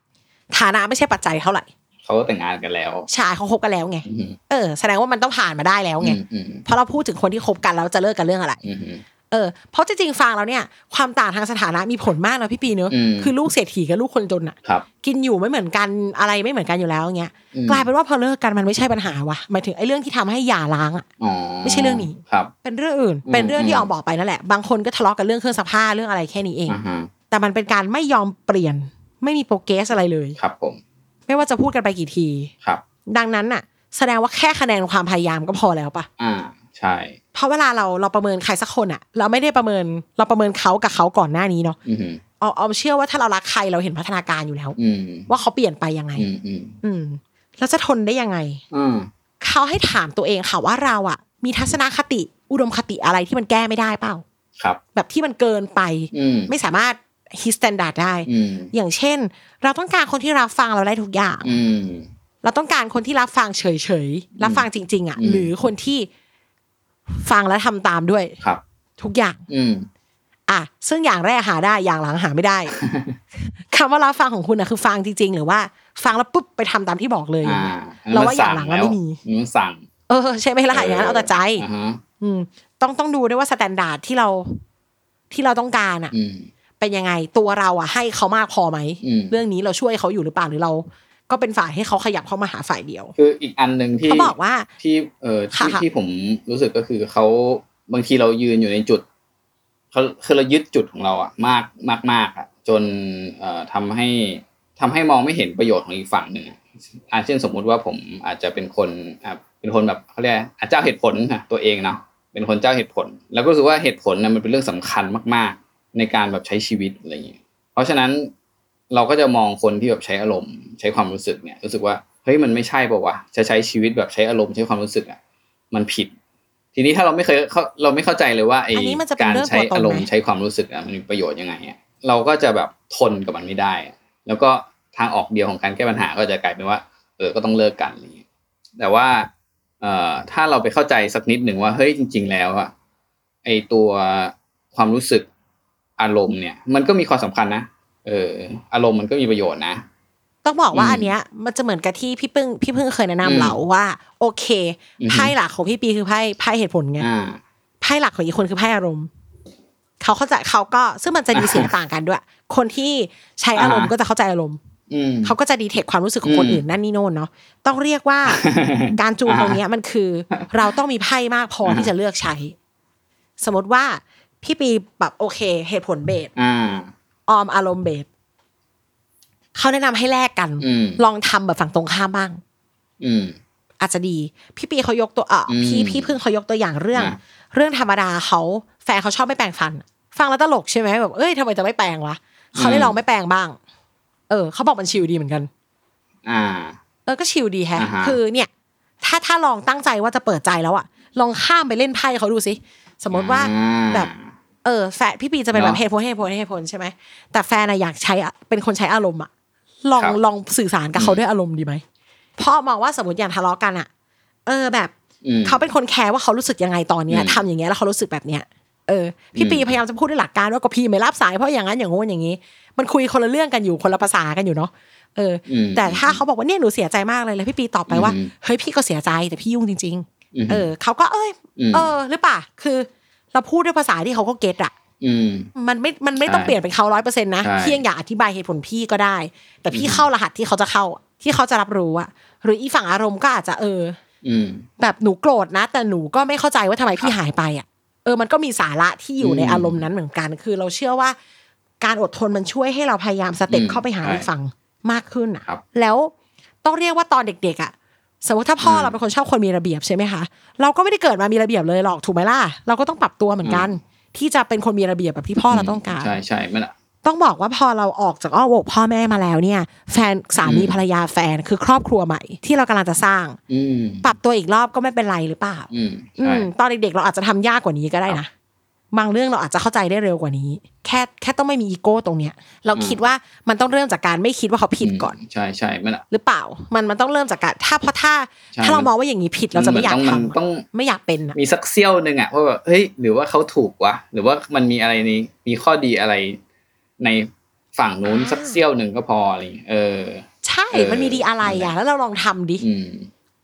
Speaker 3: ฐานะไม่ใช่ปัจจัยเท่าไหร่
Speaker 2: เขาแต่งงานกันแล้ว
Speaker 3: ชายเขาคบกันแล้วไง
Speaker 2: อืม
Speaker 3: เออแสดงว่ามันต้องผ่านมาได้แล้วไง
Speaker 2: อืม
Speaker 3: เพราะเราพูดถึงคนที่คบกันแล้วจะเลิกกันเรื่องอะไร
Speaker 2: อืม
Speaker 3: เ เออเพราะจริงๆฟังแล้วเนี่ย ความต่างทางสถานะมีผลมากนะพี่ปีเนอะ
Speaker 2: อืม
Speaker 3: คือลูกเศรษฐีกับลูกคนจนอะ
Speaker 2: ครับ
Speaker 3: กินอยู่ไม่เหมือนกันอะไรไม่เหมือนกันอยู่แล้วอย่างเงี้ย
Speaker 2: อืม
Speaker 3: กลายเป็นว่าพอเลิกกันมันไม่ใช่ปัญหาวะหมายถึงไอ้เรื่องที่ทำให้หย่าร้างอะ
Speaker 2: อ๋อ
Speaker 3: ไม่ใช่เรื่องนี้
Speaker 2: ครับ
Speaker 3: เป็นเรื่องอื่น
Speaker 2: อืม
Speaker 3: เป็นเรื่อง
Speaker 2: อืม
Speaker 3: ที่ออกบอกไปนั่นแหละ บางคนก็ทะเลาะกันเรื่องเครื่องซักผ้าเรื่องอะไรแค่นี้เอง
Speaker 2: อ่าฮะ
Speaker 3: แต่มันเป็นการไม่ยอมเปลี่ยน ไม่มีโปรเกรสอะไรเลย
Speaker 2: ครับผม
Speaker 3: ไม่ว่าจะพูดกันไปกี่ที
Speaker 2: ครับ
Speaker 3: ดังนั้นน่ะ แสดงว่าแค่คะแนนความพยายามก็พอแล้วปะ
Speaker 2: อ่าใช่
Speaker 3: เพราะเวลาเราเราประเมินใครสักคนอะเราไม่ได้ประเมินเราประเมินเขากับเขาก่อนหน้านี้เนาะ
Speaker 2: อืมฮึ
Speaker 3: เอาเอาเชื่อว่าถ้าเรารักใครเราเห็นพัฒนาการอยู่แล้ว
Speaker 2: อืม
Speaker 3: ว่าเขาเปลี่ยนไปยังไง
Speaker 2: อืมอืม
Speaker 3: อืมแล้วจะทนได้ยังไง
Speaker 2: อ่า
Speaker 3: เขาให้ถามตัวเองค่ะว่าเราอะมีทัศนคติอุดมคติอะไรที่มันแก้ไม่ได้เปล่า
Speaker 2: ครับ
Speaker 3: แบบที่มันเกินไป
Speaker 2: อืม
Speaker 3: ไม่สามารถฮิสแตนดาร์ดได้
Speaker 2: อืม
Speaker 3: อย่างเช่น เราต้องการคนที่รับฟังเราได้ทุกอย่าง
Speaker 2: อืม
Speaker 3: เราต้องการคนที่รับฟังเฉยๆ รับฟังจริง ๆอ่ะ
Speaker 2: อืม
Speaker 3: หรือคนที่ฟังและทำตามด้วย
Speaker 2: ครับ
Speaker 3: ทุกอย่าง
Speaker 2: อืม
Speaker 3: อ่ะ ซึ่งอย่างแรกหาได้ อย่างหลังหาไม่ได้ คำว่ารับฟังของคุณอ่ะคือฟังจริง ๆ หรือว่าฟังแล้วปุ๊บไปทำตามที่บอกเลยอย่างเงี้ย เราว่าอย่างหลังอะไม่มี
Speaker 2: อันนั้นนสั่ง
Speaker 3: เออใช่ไหมล่ะ
Speaker 2: แล้ว
Speaker 3: อย่างนั้นเอาแต่ใจ
Speaker 2: อ่าฮะ
Speaker 3: อืม ต้องต้องดูด้วยว่าสแตนดาร์ดที่เราที่เราต้องการอ่ะ
Speaker 2: อืม
Speaker 3: เป็นยังไงตัวเราอ่ะให้เขามากพอไหม
Speaker 2: อืม
Speaker 3: เรื่องนี้เราช่วยเขาอยู่หรือเปล่าหรือเรา ก็เป็นฝ่ายให้เขาขยับเข้ามาหาฝ่ายเดียว
Speaker 2: คืออีกอันหนึ่งที่
Speaker 3: เขาบอกว่า
Speaker 2: ที่เออที่
Speaker 3: ค่ะ
Speaker 2: ที่ผมรู้สึกก็คือเขาบางทีเรายืนอยู่ในจุดเขาคือเรายึดจุดของเราอะมากมากมากอะจนเอ่อทำให้ทำให้มองไม่เห็นประโยชน์ของอีกฝั่งหนึ่งอะอาเช่นสมมุติว่าผมอาจจะเป็นคนอ่ะเป็นคนแบบเขาเรียกอะไรอ่ะเจ้าเหตุผลอะตัวเองเนาะเป็นคนเจ้าเหตุผล แล้วก็รู้สึกว่าเหตุผลนะมันเป็นเรื่องสำคัญมาก ๆ ในการแบบใช้ชีวิตอะไรอย่างเงี้ย เพราะฉะนั้นเราก็จะมองคนที่แบบใช้อารมณ์ ใช้ความรู้สึกเนี่ยรู้สึกว่าเฮ้ยมันไม่ใช่ป่าวะจะใช้ชีวิตแบบใช้อารมณ์ใช้ความรู้สึกอ่ะมันผิด ทีนี้ถ้าเราไม่เคยเข้าเราไม่เข้าใจเลยว่าไอ้
Speaker 3: อันนี้มันจะเป็น
Speaker 2: การ
Speaker 3: เรื่อง
Speaker 2: ใช้อารมณ์
Speaker 3: ตัวตนไหม
Speaker 2: ใช้ความรู้สึกอ่ะมันมีประโยชน์ยังไงอ่ะเราก็จะแบบทนกับมันไม่ได้อะแล้วก็ทางออกเดียวของการแก้ปัญหาก็จะกลายเป็นว่า เออก็ต้องเลิกกันอะไรอย่างเงี้ยแต่ว่า เอ่อถ้าเราไปเข้าใจสักนิดหนึ่งว่าเฮ้ยจริง ๆ แล้วอะไอตัวความรู้สึกอารมณ์เนี่ย มันก็มีความสำคัญนะเออ อารมณ์มันก็มีประโยชน์นะ
Speaker 3: ต้องบอกว่า
Speaker 2: อืม
Speaker 3: อันเนี้ยมันจะเหมือนกับที่พี่ปึ้งพี่พึ่งเคยแนะนำ
Speaker 2: อืม
Speaker 3: เราว่า โอเค
Speaker 2: อือฮึ
Speaker 3: ไพ่หลักของพี่ปีคือไพ่ไพ่เหตุผลไง
Speaker 2: อ่า
Speaker 3: ไพ่หลักของอีกคนคือไพ่อารมณ์เขาเข้าใจเขาก็ซึ่งมันจะมี
Speaker 2: อ่า
Speaker 3: เสียงต่างกันด้วย คนที่ใช้อารมณ์
Speaker 2: อ่า
Speaker 3: ก็จะเข้าใจอารมณ์
Speaker 2: อืม
Speaker 3: เขาก็จะดีเทคความรู้สึกของคน
Speaker 2: อืม
Speaker 3: อื่นนั่นนี่โน่นเนาะต้องเรียกว่า การจูนตรงเนี้ยมันคือ เราต้องมีไพ่มากพอที่จะเลือกใช้ สมมติว่าพี่ปีแบบโอเค เหตุผลเบส
Speaker 2: อ่า
Speaker 3: ออมอารมณ์เบสเขาแนะนำให้แลกกัน
Speaker 2: อืม
Speaker 3: ลองทำแบบฝั่งตรงข้ามบ้าง
Speaker 2: อืม
Speaker 3: อาจจะดี พี่ปีเขายกตัวอ่ะ
Speaker 2: อืม
Speaker 3: พี่พี่เพิ่งเขายกตัวอย่างเรื่อง
Speaker 2: อ่ะ
Speaker 3: เรื่องธรรมดาเขาแฟนเขาชอบไม่แปรงฟัน ฟังแล้วตลกใช่ไหมแบบเอ้ยทำไมจะไม่แปรงวะเขาได้ลองไม่แปรงบ้าง เออเขาบอกมันชิลดีเหมือนกัน
Speaker 2: อ่า
Speaker 3: เออก็ชิลดีแฮะ
Speaker 2: อ่าฮะ
Speaker 3: คือเนี่ย ถ้าถ้าลองตั้งใจว่าจะเปิดใจแล้วอะลองข้ามไปเล่นไพ่เขาดูสิ สมมติว่า
Speaker 2: อ่
Speaker 3: แบบ เออแฟนพี่ปีจะเป็นแบบ
Speaker 2: เนอะ
Speaker 3: เหตุผลเหตุผลเหตุผลใช่ไหมแต่แฟนอะอยากใช้อะเป็นคนใช้อารมณ์อะลอง
Speaker 2: ครับ
Speaker 3: ลองสื่อสารกับ
Speaker 2: อืม
Speaker 3: เขาด้วยอารมณ์ดีไหมเพราะมองว่าสมมติอย่างทะเลาะกันอะเออแบบ
Speaker 2: อืม
Speaker 3: เขาเป็นคนแคร์ว่าเขารู้สึกยังไงตอนเนี้ย
Speaker 2: อืม
Speaker 3: ทำอย่างเงี้ยแล้วเขารู้สึกแบบเนี้ยเออพี่
Speaker 2: อืม
Speaker 3: ปีพยายามจะพูดด้วยหลักการว่าก็พี่ไม่รับสายเพราะอย่างนั้นอย่างงู้นอย่างนี้ มันคุยคนละเรื่องกันอยู่คนละภาษากันอยู่เนาะเออ
Speaker 2: อืม
Speaker 3: แต่ถ้าเขาบอกว่าเนี่ยหนูเสียใจมากเลยแล้วพี่ปีตอบไปว่า
Speaker 2: อืม
Speaker 3: เฮ้ยพี่ก็เสียใจแต่พี่ยุ่งจริง
Speaker 2: ม
Speaker 3: ๆ เออเขาก็เอ้ย
Speaker 2: ม
Speaker 3: เออหรือเปล่าคือเราพูดด้วยภาษาที่เขาก็เก็ตอะ
Speaker 2: อืม
Speaker 3: มันไม่มันไม่ต้อง
Speaker 2: ใช่
Speaker 3: เปลี่ยนเป็นเขาร้อยเปอร์เซ็นต์นะ
Speaker 2: ใช่
Speaker 3: พี่ยังอยากอธิบายเหตุผลพี่ก็ได้ แต่พี่
Speaker 2: อืม
Speaker 3: เข้ารหัสที่เขาจะเข้าอะที่เขาจะรับรู้อะหรืออีฝั่งอารมณ์ก็อาจจะเออ
Speaker 2: อืม
Speaker 3: แบบหนูโกรธนะ แต่หนูก็ไม่เข้าใจว่าทำไมพี่หายไปอ่ะเออมันก็มีสาระที่อยู่
Speaker 2: อืม
Speaker 3: ในอารมณ์นั้นเหมือนกัน คือเราเชื่อว่า การอดทนมันช่วยให้เราพยายามสเต็ป
Speaker 2: อืม
Speaker 3: เข้าไปหา
Speaker 2: ใช่
Speaker 3: อีกฝั่งมากขึ้นอ่ะ
Speaker 2: ครับ
Speaker 3: แล้วต้องเรียกว่าตอนเด็กๆอ่ะสมมติถ้าพ่ออ
Speaker 2: ม
Speaker 3: เราเป็นคนชอบคนมีระเบียบใช่ไหมคะเราก็ไม่ได้เกิดมามีระเบียบเลยหรอกถูกไหมล่ะเราก็ต้องปรับตัวเหมือนกัน ที่จะเป็นคนมีระเบียบแบบที่พ่อเราต้องการ
Speaker 2: ใช่ใช่มันอะ
Speaker 3: ต้องบอกว่าพอเราออกจากอ้อมอกพ่อแม่มาแล้วเนี่ย แฟนสามี
Speaker 2: อืม
Speaker 3: ภรรยาแฟนคือครอบครัวใหม่ ที่เรากำลังจะสร้าง
Speaker 2: อืม
Speaker 3: ปรับตัวอีกรอบก็ไม่เป็นไรหรือเปล่า
Speaker 2: อืม
Speaker 3: อื
Speaker 2: ใช่
Speaker 3: มตอนเด็กๆเราอาจจะทำยากกว่านี้ก็ได้นะบางเรื่องเราอาจจะเข้าใจได้เร็วกว่านี้ แค่แค่ต้องไม่มีอีโก้ตรงเนี้ย เรา
Speaker 2: อืม
Speaker 3: คิดว่ามันต้องเริ่มจากการไม่คิดว่าเขาผิดก่อน
Speaker 2: มใช่ใช่มันอะ
Speaker 3: หรือเปล่า มันมันต้องเริ่มจากการถ้าเพราะถ้า
Speaker 2: ใช่
Speaker 3: ถ้าเรามองว่าอย่างนี้ผิดเราจะไม่อยาก
Speaker 2: มันต้
Speaker 3: ทำ
Speaker 2: องมันต้อง
Speaker 3: อะไม่อยากเป็นอะ
Speaker 2: มีสักเซี่ยวหนึ่งอะว่าแบบเฮ้ยหรือว่าเขาถูกวะหรือว่ามันมีอะไรนี้มีข้อดีอะไร ในฝั่งนู้นสักเซี่ยวหนึ่งก็พออะไรอย่างเงี้ยเออ
Speaker 3: ใช่
Speaker 2: เออ
Speaker 3: มันมีดีอะไร
Speaker 2: นั่นแห
Speaker 3: อ่ะ
Speaker 2: ละ
Speaker 3: แล้วเราลองทำดิ
Speaker 2: อืม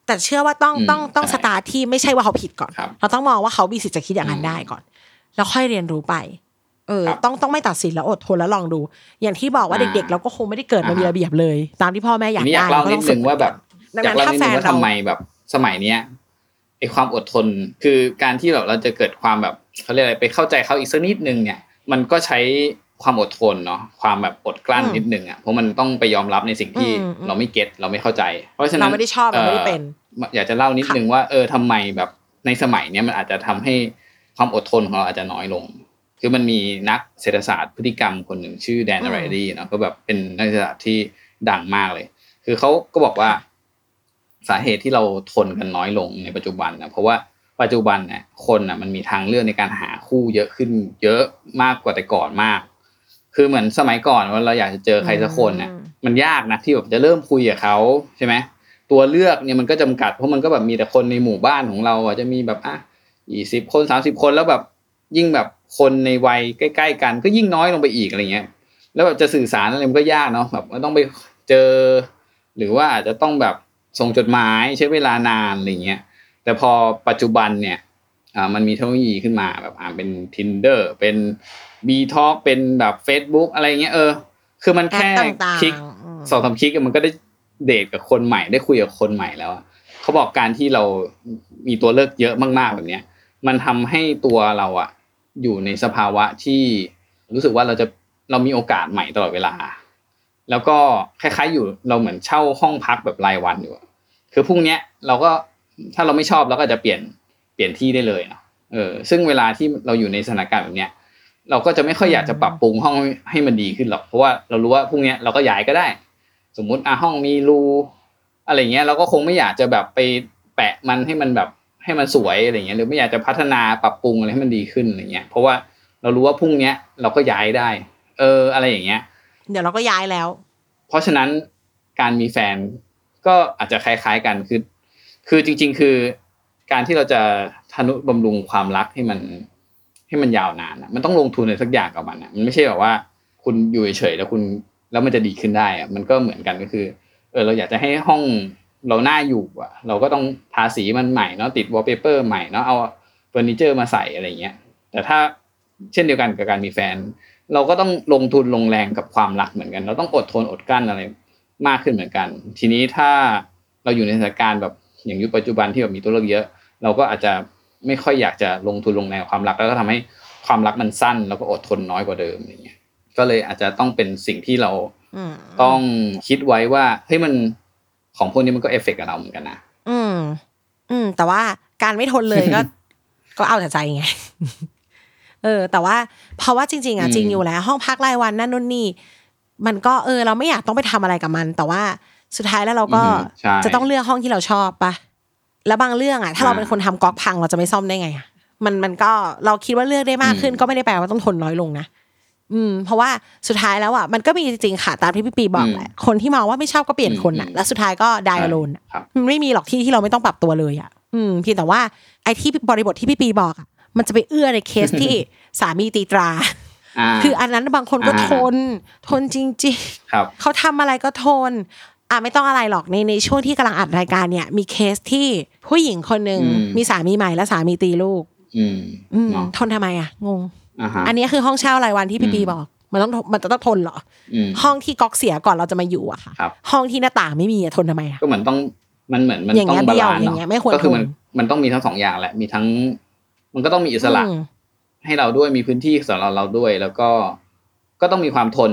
Speaker 3: แต่เชื่อว่าต้อง
Speaker 2: อืม
Speaker 3: ต้องต้อง
Speaker 2: ใช่
Speaker 3: สตาร์ทที่ไม่ใช่ว่าเขาผิดก่อน
Speaker 2: ครับ
Speaker 3: เราต้องมองว่าเขามีสิทธิ์จะคิดอย่างนั้น
Speaker 2: อืม
Speaker 3: ได้ก่อน แล้วค่อยเรียนรู้ไป เออ
Speaker 2: ครับ
Speaker 3: ต้องต้องไม่ตัดสินแล้วอดทนแล้วลองดู อย่างที่บอกว่า
Speaker 2: อ่า
Speaker 3: เด็กๆ เราก็คงไม่ได้เกิดมามี
Speaker 2: อ่าฮะ
Speaker 3: ระเบียบเลย ตามที่พ่อแม่อ
Speaker 2: อั
Speaker 3: ยาน ก
Speaker 2: นี้อยาก
Speaker 3: ได้
Speaker 2: เล่านิดนึงว่าแบบ
Speaker 3: ดัง
Speaker 2: อยาก
Speaker 3: นั้น
Speaker 2: เล่า
Speaker 3: ถ้า
Speaker 2: นิด
Speaker 3: แฟ
Speaker 2: นึง
Speaker 3: น
Speaker 2: ว่า
Speaker 3: เรา
Speaker 2: ทำไมแบบสมัยเนี้ยไอความอดทนคือการที่แบบเราจะเกิดความแบบเขาเรียกอะไรไปเข้าใจเขาอีกสักนิดนึงเนี่ย มันก็ใช้ความอดทนเนาะความแบบอดกลั้นนิดนึงอ่ะเพราะมันต้องไปยอมรับในสิ่งที่เราไม่เก็ตเราไม่เข้าใจ เพราะฉะนั้
Speaker 3: เรา
Speaker 2: น
Speaker 3: ไม่ได้ชอบเราไม่ได้เป็น
Speaker 2: อยากจะเล่านิดนึงว่าเออทำไมแบบในสมัยเนี้ยมันอาจจะทำให้ความอดทนของเราอาจจะน้อยลง คือมันมีนักเศรษฐศาสตร์พฤติกรรมคนหนึ่งชื่อแดน
Speaker 3: อืม
Speaker 2: อะไรดีเนาะก็แบบเป็นนักเศรษฐศาสตร์ที่ดังมากเลย คือเขาก็บอกว่า สาเหตุที่เราทนกันน้อยลงในปัจจุบันนะเพราะว่าปัจจุบันเนี่ยคนอ่ะมันมีทางเลือกในการหาคู่เยอะขึ้น เยอะมากกว่าแต่ก่อนมาก คือเหมือนสมัยก่อนว่าเราอยากจะเจอใครสักคนเนี่ย
Speaker 3: อืม
Speaker 2: มันยากนะที่แบบจะเริ่มคุยกับเขาใช่ไหม ตัวเลือกเนี่ยมันก็จำกัดเพราะมันก็แบบมีแต่คนในหมู่บ้านของเราอ่ะจะมีแบบอ่ะยี่สิบคนสามสิบคนแล้วแบบยิ่งแบบคนในวัยใกล้ ๆ กัน ก็ยิ่งน้อยลงไปอีกอะไรเงี้ย แล้วแบบจะสื่อสารอะไรมันก็ยากเนาะแบบมันต้องไปเจอ หรือว่าอาจจะต้องแบบส่งจดหมายใช้เวลานานอะไรเงี้ยแต่พอปัจจุบันเนี่ยอ่ามันมีเทคโนโลยีขึ้นมาแบบอ่าเป็น tinder เป็น b t a l k เป็นแบบ Facebook อะไรเงี้ยเออ คือมันแค่
Speaker 3: แอปต่างๆ
Speaker 2: คลิก
Speaker 3: อืม
Speaker 2: สองสามคลิกมันก็ได้เดทกับคนใหม่ได้คุยกับคนใหม่แล้วอะเขาบอกการที่เรามีตัวเลือกเยอะมากๆแบบเนี้ย มันทำให้ตัวเราอะอยู่ในสภาวะที่รู้สึกว่าเราจะเรามีโอกาสใหม่ตลอดเวลา แล้วก็คล้าย ๆ อยู่เราเหมือนเช่าห้องพักแบบรายวันอยู่อะคือพรุ่งเนี้ยเราก็ถ้าเราไม่ชอบเราก็จะเปลี่ยนเปลี่ยนที่ได้เลยเนาะเออ ซึ่งเวลาที่เราอยู่ในสถานการณ์แบบเนี้ย เราก็จะไม่ค่อยอยากจะปรับปรุงห้องให้มันดีขึ้นหรอกเพราะว่าเรารู้ว่าพรุ่งเนี้ยเราก็ย้ายก็ได้ สมมุติอ่ะห้องมีรูอะไรเงี้ยเราก็คงไม่อยากจะแบบไปแปะมันให้มันแบบให้มันสวยอะไรเงี้ยหรือไม่อยากจะพัฒนาปรับปรุงอะไรให้มันดีขึ้นอะไรเงี้ยเพราะว่าเรารู้ว่าพรุ่งเนี้ยเราก็ย้ายได้ เอออะไรอย่างเงี้ย
Speaker 3: เดี๋ยวเราก็ย้ายแล้ว
Speaker 2: เพราะฉะนั้นการมีแฟนก็อาจจะคล้ายๆกันคือ คือจริง ๆ คือการที่เราจะทนุบำรุงความรักให้มันให้มันยาวนานอะมันต้องลงทุนอะไรสักอย่างกับมันอะมันไม่ใช่แบบว่า คุณอยู่เฉยๆแล้วคุณแล้วมันจะดีขึ้นได้อะมันก็เหมือนกันก็คือ เออเราอยากจะให้ห้องเราหน้าอยู่อะเราก็ต้องทาสีมันใหม่เนาะติดวอลเปเปอร์ใหม่เนาะเอาเฟอร์นิเจอร์มาใส่อะไรเงี้ย แต่ถ้าเช่นเดียวกันกับการมีแฟน เราก็ต้องลงทุนลงแรงกับความรักเหมือนกัน เราต้องอดทนอดกลั้นอะไรมากขึ้นเหมือนกัน ทีนี้ถ้าเราอยู่ในสถานการณ์แบบอย่างยุคปัจจุบันที่แบบมีตัวเลือกเยอะ เราก็อาจจะไม่ค่อยอยากจะลงทุนลงแรงกับความรักแล้วก็ทำให้ความรักมันสั้น แล้วก็อดทนน้อยกว่าเดิมอย่างเงี้ยก็เลยอาจจะต้องเป็นสิ่งที่เรา
Speaker 3: อืม
Speaker 2: ต้องคิดไว้ว่าเฮ้ยมันของพวกนี้มันก็เอฟเฟกต์กับเราเหมือนกันนะ
Speaker 3: อืม อืม แต่ว่าการไม่ทนเลยก็ ก็เอาแต่ใจไง เออ แต่ว่าเพราะว่าจริง ๆอ่ะ
Speaker 2: อืม
Speaker 3: จริงอยู่แล้ว ห้องพักรายวันนั่นนู่นนี่ มันก็เออ เราไม่อยากต้องไปทำอะไรกับมัน แต่ว่าสุดท้ายแล้วเราก็
Speaker 2: อืมใช่
Speaker 3: จะต้องเลือกห้องที่เราชอบปะแล้วบางเรื่องอ่ะ ถ้าเรา
Speaker 2: อ่า
Speaker 3: เป็นคนทำก๊อกพังเราจะไม่ซ่อมได้ไงอ่ะ มันมันก็เราคิดว่าเลือกได้มากขึ้น
Speaker 2: อืม
Speaker 3: ก็ไม่ได้แปลว่าต้องทนน้อยลงนะ อืม เพราะว่าสุดท้ายแล้วอ่ะมันก็มีจริงๆค่ะตามที่พี่ปีบอก
Speaker 2: อืม
Speaker 3: แหละคนที่มองว่าไม่ชอบก็เปลี่ยนคนอ่ะ
Speaker 2: อืม
Speaker 3: แล้วสุดท้ายก็ได
Speaker 2: ใช่
Speaker 3: อะโลน
Speaker 2: ครับ
Speaker 3: มันไม่มีหรอกที่ที่เราไม่ต้องปรับตัวเลยอ่ะ อืมเพียงแต่ว่าไอ้ที่บริบทที่พี่ปีบอกอ่ะมันจะไปเอื้อในเคสที่ สามีตีตรา
Speaker 2: อ่า
Speaker 3: คืออันนั้นบางคนก็
Speaker 2: อ่า
Speaker 3: ทน ทนจริง ๆ
Speaker 2: ครับ
Speaker 3: เขาทำอะไรก็ทน อ่ะไม่ต้องอะไรหรอกในในช่วงที่กำลังอัดรายการเนี่ย มีเคสที่ผู้หญิงคนหนึ่ง
Speaker 2: อืม
Speaker 3: มีสามีใหม่และสามีตีลูก
Speaker 2: อืม
Speaker 3: อืม
Speaker 2: เนาะ
Speaker 3: ทนทำไมอ่ะ งง
Speaker 2: อ่าฮะ
Speaker 3: อันนี้คือห้องเช่ารายวันที่พี่
Speaker 2: อืม
Speaker 3: ปีบอก มันต้องมันจะต้องทนเหรอ
Speaker 2: อืม
Speaker 3: ห้องที่ก๊อกเสียก่อนเราจะมาอยู่อะค่ะ
Speaker 2: ครับ
Speaker 3: ห้องที่หน้าต่างไม่มีอะทนทำไมอะ
Speaker 2: ก็เหมือนต้องมันเหมือนมัน
Speaker 3: อย่าง
Speaker 2: ต้อ
Speaker 3: เงี้
Speaker 2: ง
Speaker 3: ย
Speaker 2: บา
Speaker 3: เบี้ยว
Speaker 2: ลานซ์
Speaker 3: อย่า
Speaker 2: เนาะ
Speaker 3: งเงี้ยไม่ควร
Speaker 2: ก็คือมัน
Speaker 3: ทน
Speaker 2: มันต้องมีทั้งสองอย่างแหละมีทั้ง มันก็ต้องมีอิสระ
Speaker 3: อืม
Speaker 2: ให้เราด้วยมีพื้นที่สำหรับเราด้วย แล้วก็ก็ต้องมีความทน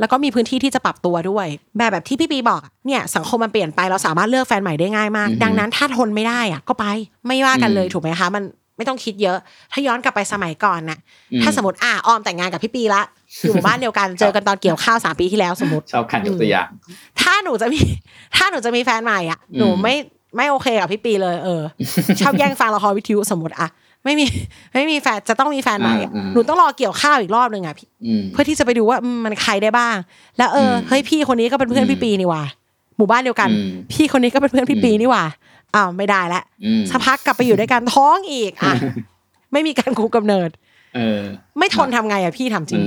Speaker 3: แล้วก็มีพื้นที่ที่จะปรับตัวด้วย แบบแบบที่พี่ปีบอกอะเนี่ยสังคมมันเปลี่ยนไปเราสามารถเลือกแฟนใหม่ได้ง่ายมาก
Speaker 2: อือฮึ
Speaker 3: ดังนั้นถ้าทนไม่ได้อะก็ไปไม่ว่ากันเลย
Speaker 2: อืม
Speaker 3: ถูกไหมคะ มันไม่ต้องคิดเยอะ ถ้าย้อนกลับไปสมัยก่อนน่ะ
Speaker 2: อื
Speaker 3: ถ้าสมมติอ่ะออมแต่งงานกับพี่ปีละอยู่หมู่บ้านเดียวกัน เจอกันตอนเกี่ยวข้าวสามปีที่แล้วสมมติ
Speaker 2: ชอบขันยกตัวอย่าง
Speaker 3: ถ้าหนูจะมี ถ้าหนูจะมีแฟนใหม่อ่ะ
Speaker 2: อืม
Speaker 3: หนูไม่ไม่โอเคกับพี่ปีเลยเออ ชอบแย่งฟังละครวิทยุสมมติอ่ะไม่มี ไม่มีแฟนจะต้องมีแฟนใหม่อะหนูต้องรอเกี่ยวข้าวอีกรอบหนึ่งอ่ะพี่
Speaker 2: อืม
Speaker 3: เพื่อที่จะไปดูว่าอืมมันใครได้บ้าง แล้วเอออ
Speaker 2: ม
Speaker 3: เฮ้ยพี่คนนี้ก็เป็นเพื่อนพี่ปีนี่หว่าหมู่บ้านเดียวกัน
Speaker 2: อืม
Speaker 3: พี่คนนี้ก็เป็นเพื่อนพี่ปีนี่หว่าอ้าวไม่ได้ละ
Speaker 2: อืม
Speaker 3: สักพักกลับไปอยู่ด้วยกันท้องอีกอ่ะไม่มีการคุมกำเนิด
Speaker 2: เออ
Speaker 3: ไม่ทนทำไงอ่ะพี่ถามจ
Speaker 2: มั
Speaker 3: ริ
Speaker 2: น
Speaker 3: ง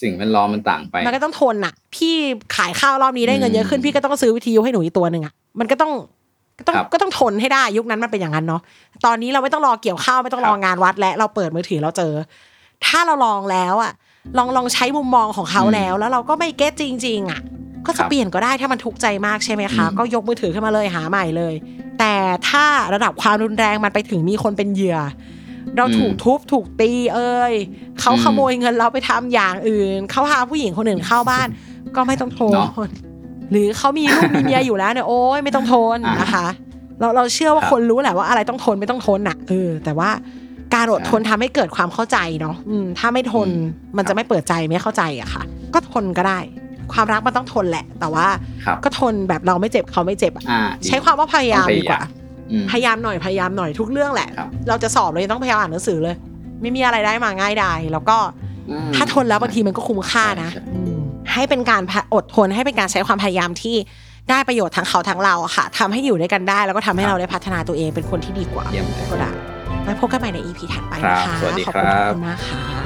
Speaker 2: สิ่งแวดล้อมมันต่างไป
Speaker 3: มันก็ต้องทนน่ะ พี่ขายข้าวรอบนี้ได้เงินเยอะขึ้น
Speaker 2: อืม
Speaker 3: พี่ก็ต้องซื้อวิทยุให้หนูอีกตัวหนึ่งอ่ะ มันก็ต้อง ก็ต้อง
Speaker 2: ครับ
Speaker 3: ก็ต้องทนให้ได้ยุคนั้นมันเป็นอย่างนั้นเนาะตอนนี้เราไม่ต้องรอเกี่ยวข้าวไม่ต้องรองานวัดและเราเปิดมือถือเราเจอ ถ้าเราลองแล้วอ่ะ ลองลองใช้มุมมองของเขาแล้ว แล้วเราก็ไม่เก็ตจริง ๆ อ่ะ ก็
Speaker 2: ครั
Speaker 3: จะ
Speaker 2: บ
Speaker 3: เปลี่ยนก็ได้ถ้ามันทุกข์ใจมากใช่ไหมคะ
Speaker 2: อืม
Speaker 3: ก็ยกมือถือขึ้นมาเลยหาใหม่เลย แต่ถ้าระดับความรุนแรงมันไปถึงมีคนเป็นเหยื่อ เราถูกทุบถูกตีเอ่ยเขาขโมยเงินเราไปทำอย่างอื่น เขาพาผู้หญิงคนอื่นเข้า บ้าน ก็ไม่ต้องทน
Speaker 2: เนาะ
Speaker 3: หรือเขามีลูกมีเมียอยู่แล้วเนี่ยโอ้ยไม่ต้องทน
Speaker 2: อ่าน
Speaker 3: นะคะ เราเราเชื่อว่า
Speaker 2: ครับ
Speaker 3: คนรู้แหละว่าอะไรต้องทนไม่ต้องทนน่ะเออ แต่ว่าการอดทนทำให้เกิดความเข้าใจเนาะอืมถ้าไม่ทน
Speaker 2: อืม
Speaker 3: มัน
Speaker 2: ครั
Speaker 3: จะ
Speaker 2: บ
Speaker 3: ไม่เปิดใจไม่เข้าใจอะค่ะ ก็ทนก็ได้ ความรักมันต้องทนแหละ แต่ว่า
Speaker 2: ครับ
Speaker 3: ก็ทนแบบเราไม่เจ็บเขาไม่เจ็บอะ
Speaker 2: อ่า
Speaker 3: ใช้ความว่าพยายามดีกว่า
Speaker 2: อืม
Speaker 3: พยายามหน่อยพยายามหน่อยทุกเรื่องแหละ
Speaker 2: ครับ
Speaker 3: เราจะสอบเรายังต้องพยายามอ่านหนังสือเลย ไม่มีอะไรได้มาง่ายดายแล้วก็
Speaker 2: อืม
Speaker 3: ถ้าทนแล้วบางทีมันก็คุ้มค่านะ
Speaker 2: ใช่ใช่
Speaker 3: อืมให้เป็นการอดทนให้เป็นการใช้ความพยายามที่ได้ประโยชน์ทั้งเขาทั้งเราอะค่ะทำให้อยู่ด้วยกันได้ แล้วก็ทำให้เราได้พัฒนาตัวเองเป็นคนที่ดีกว่า
Speaker 2: เยี่ยมเลย
Speaker 3: ก็ได้ไว้พบกันใหม่ใน EP ถัดไปนะ
Speaker 2: ค
Speaker 3: คะ
Speaker 2: รับสวัสดี
Speaker 3: ขอบคุ
Speaker 2: ค
Speaker 3: ณ
Speaker 2: รั
Speaker 3: ทุก
Speaker 2: บ
Speaker 3: คนมากค่ะ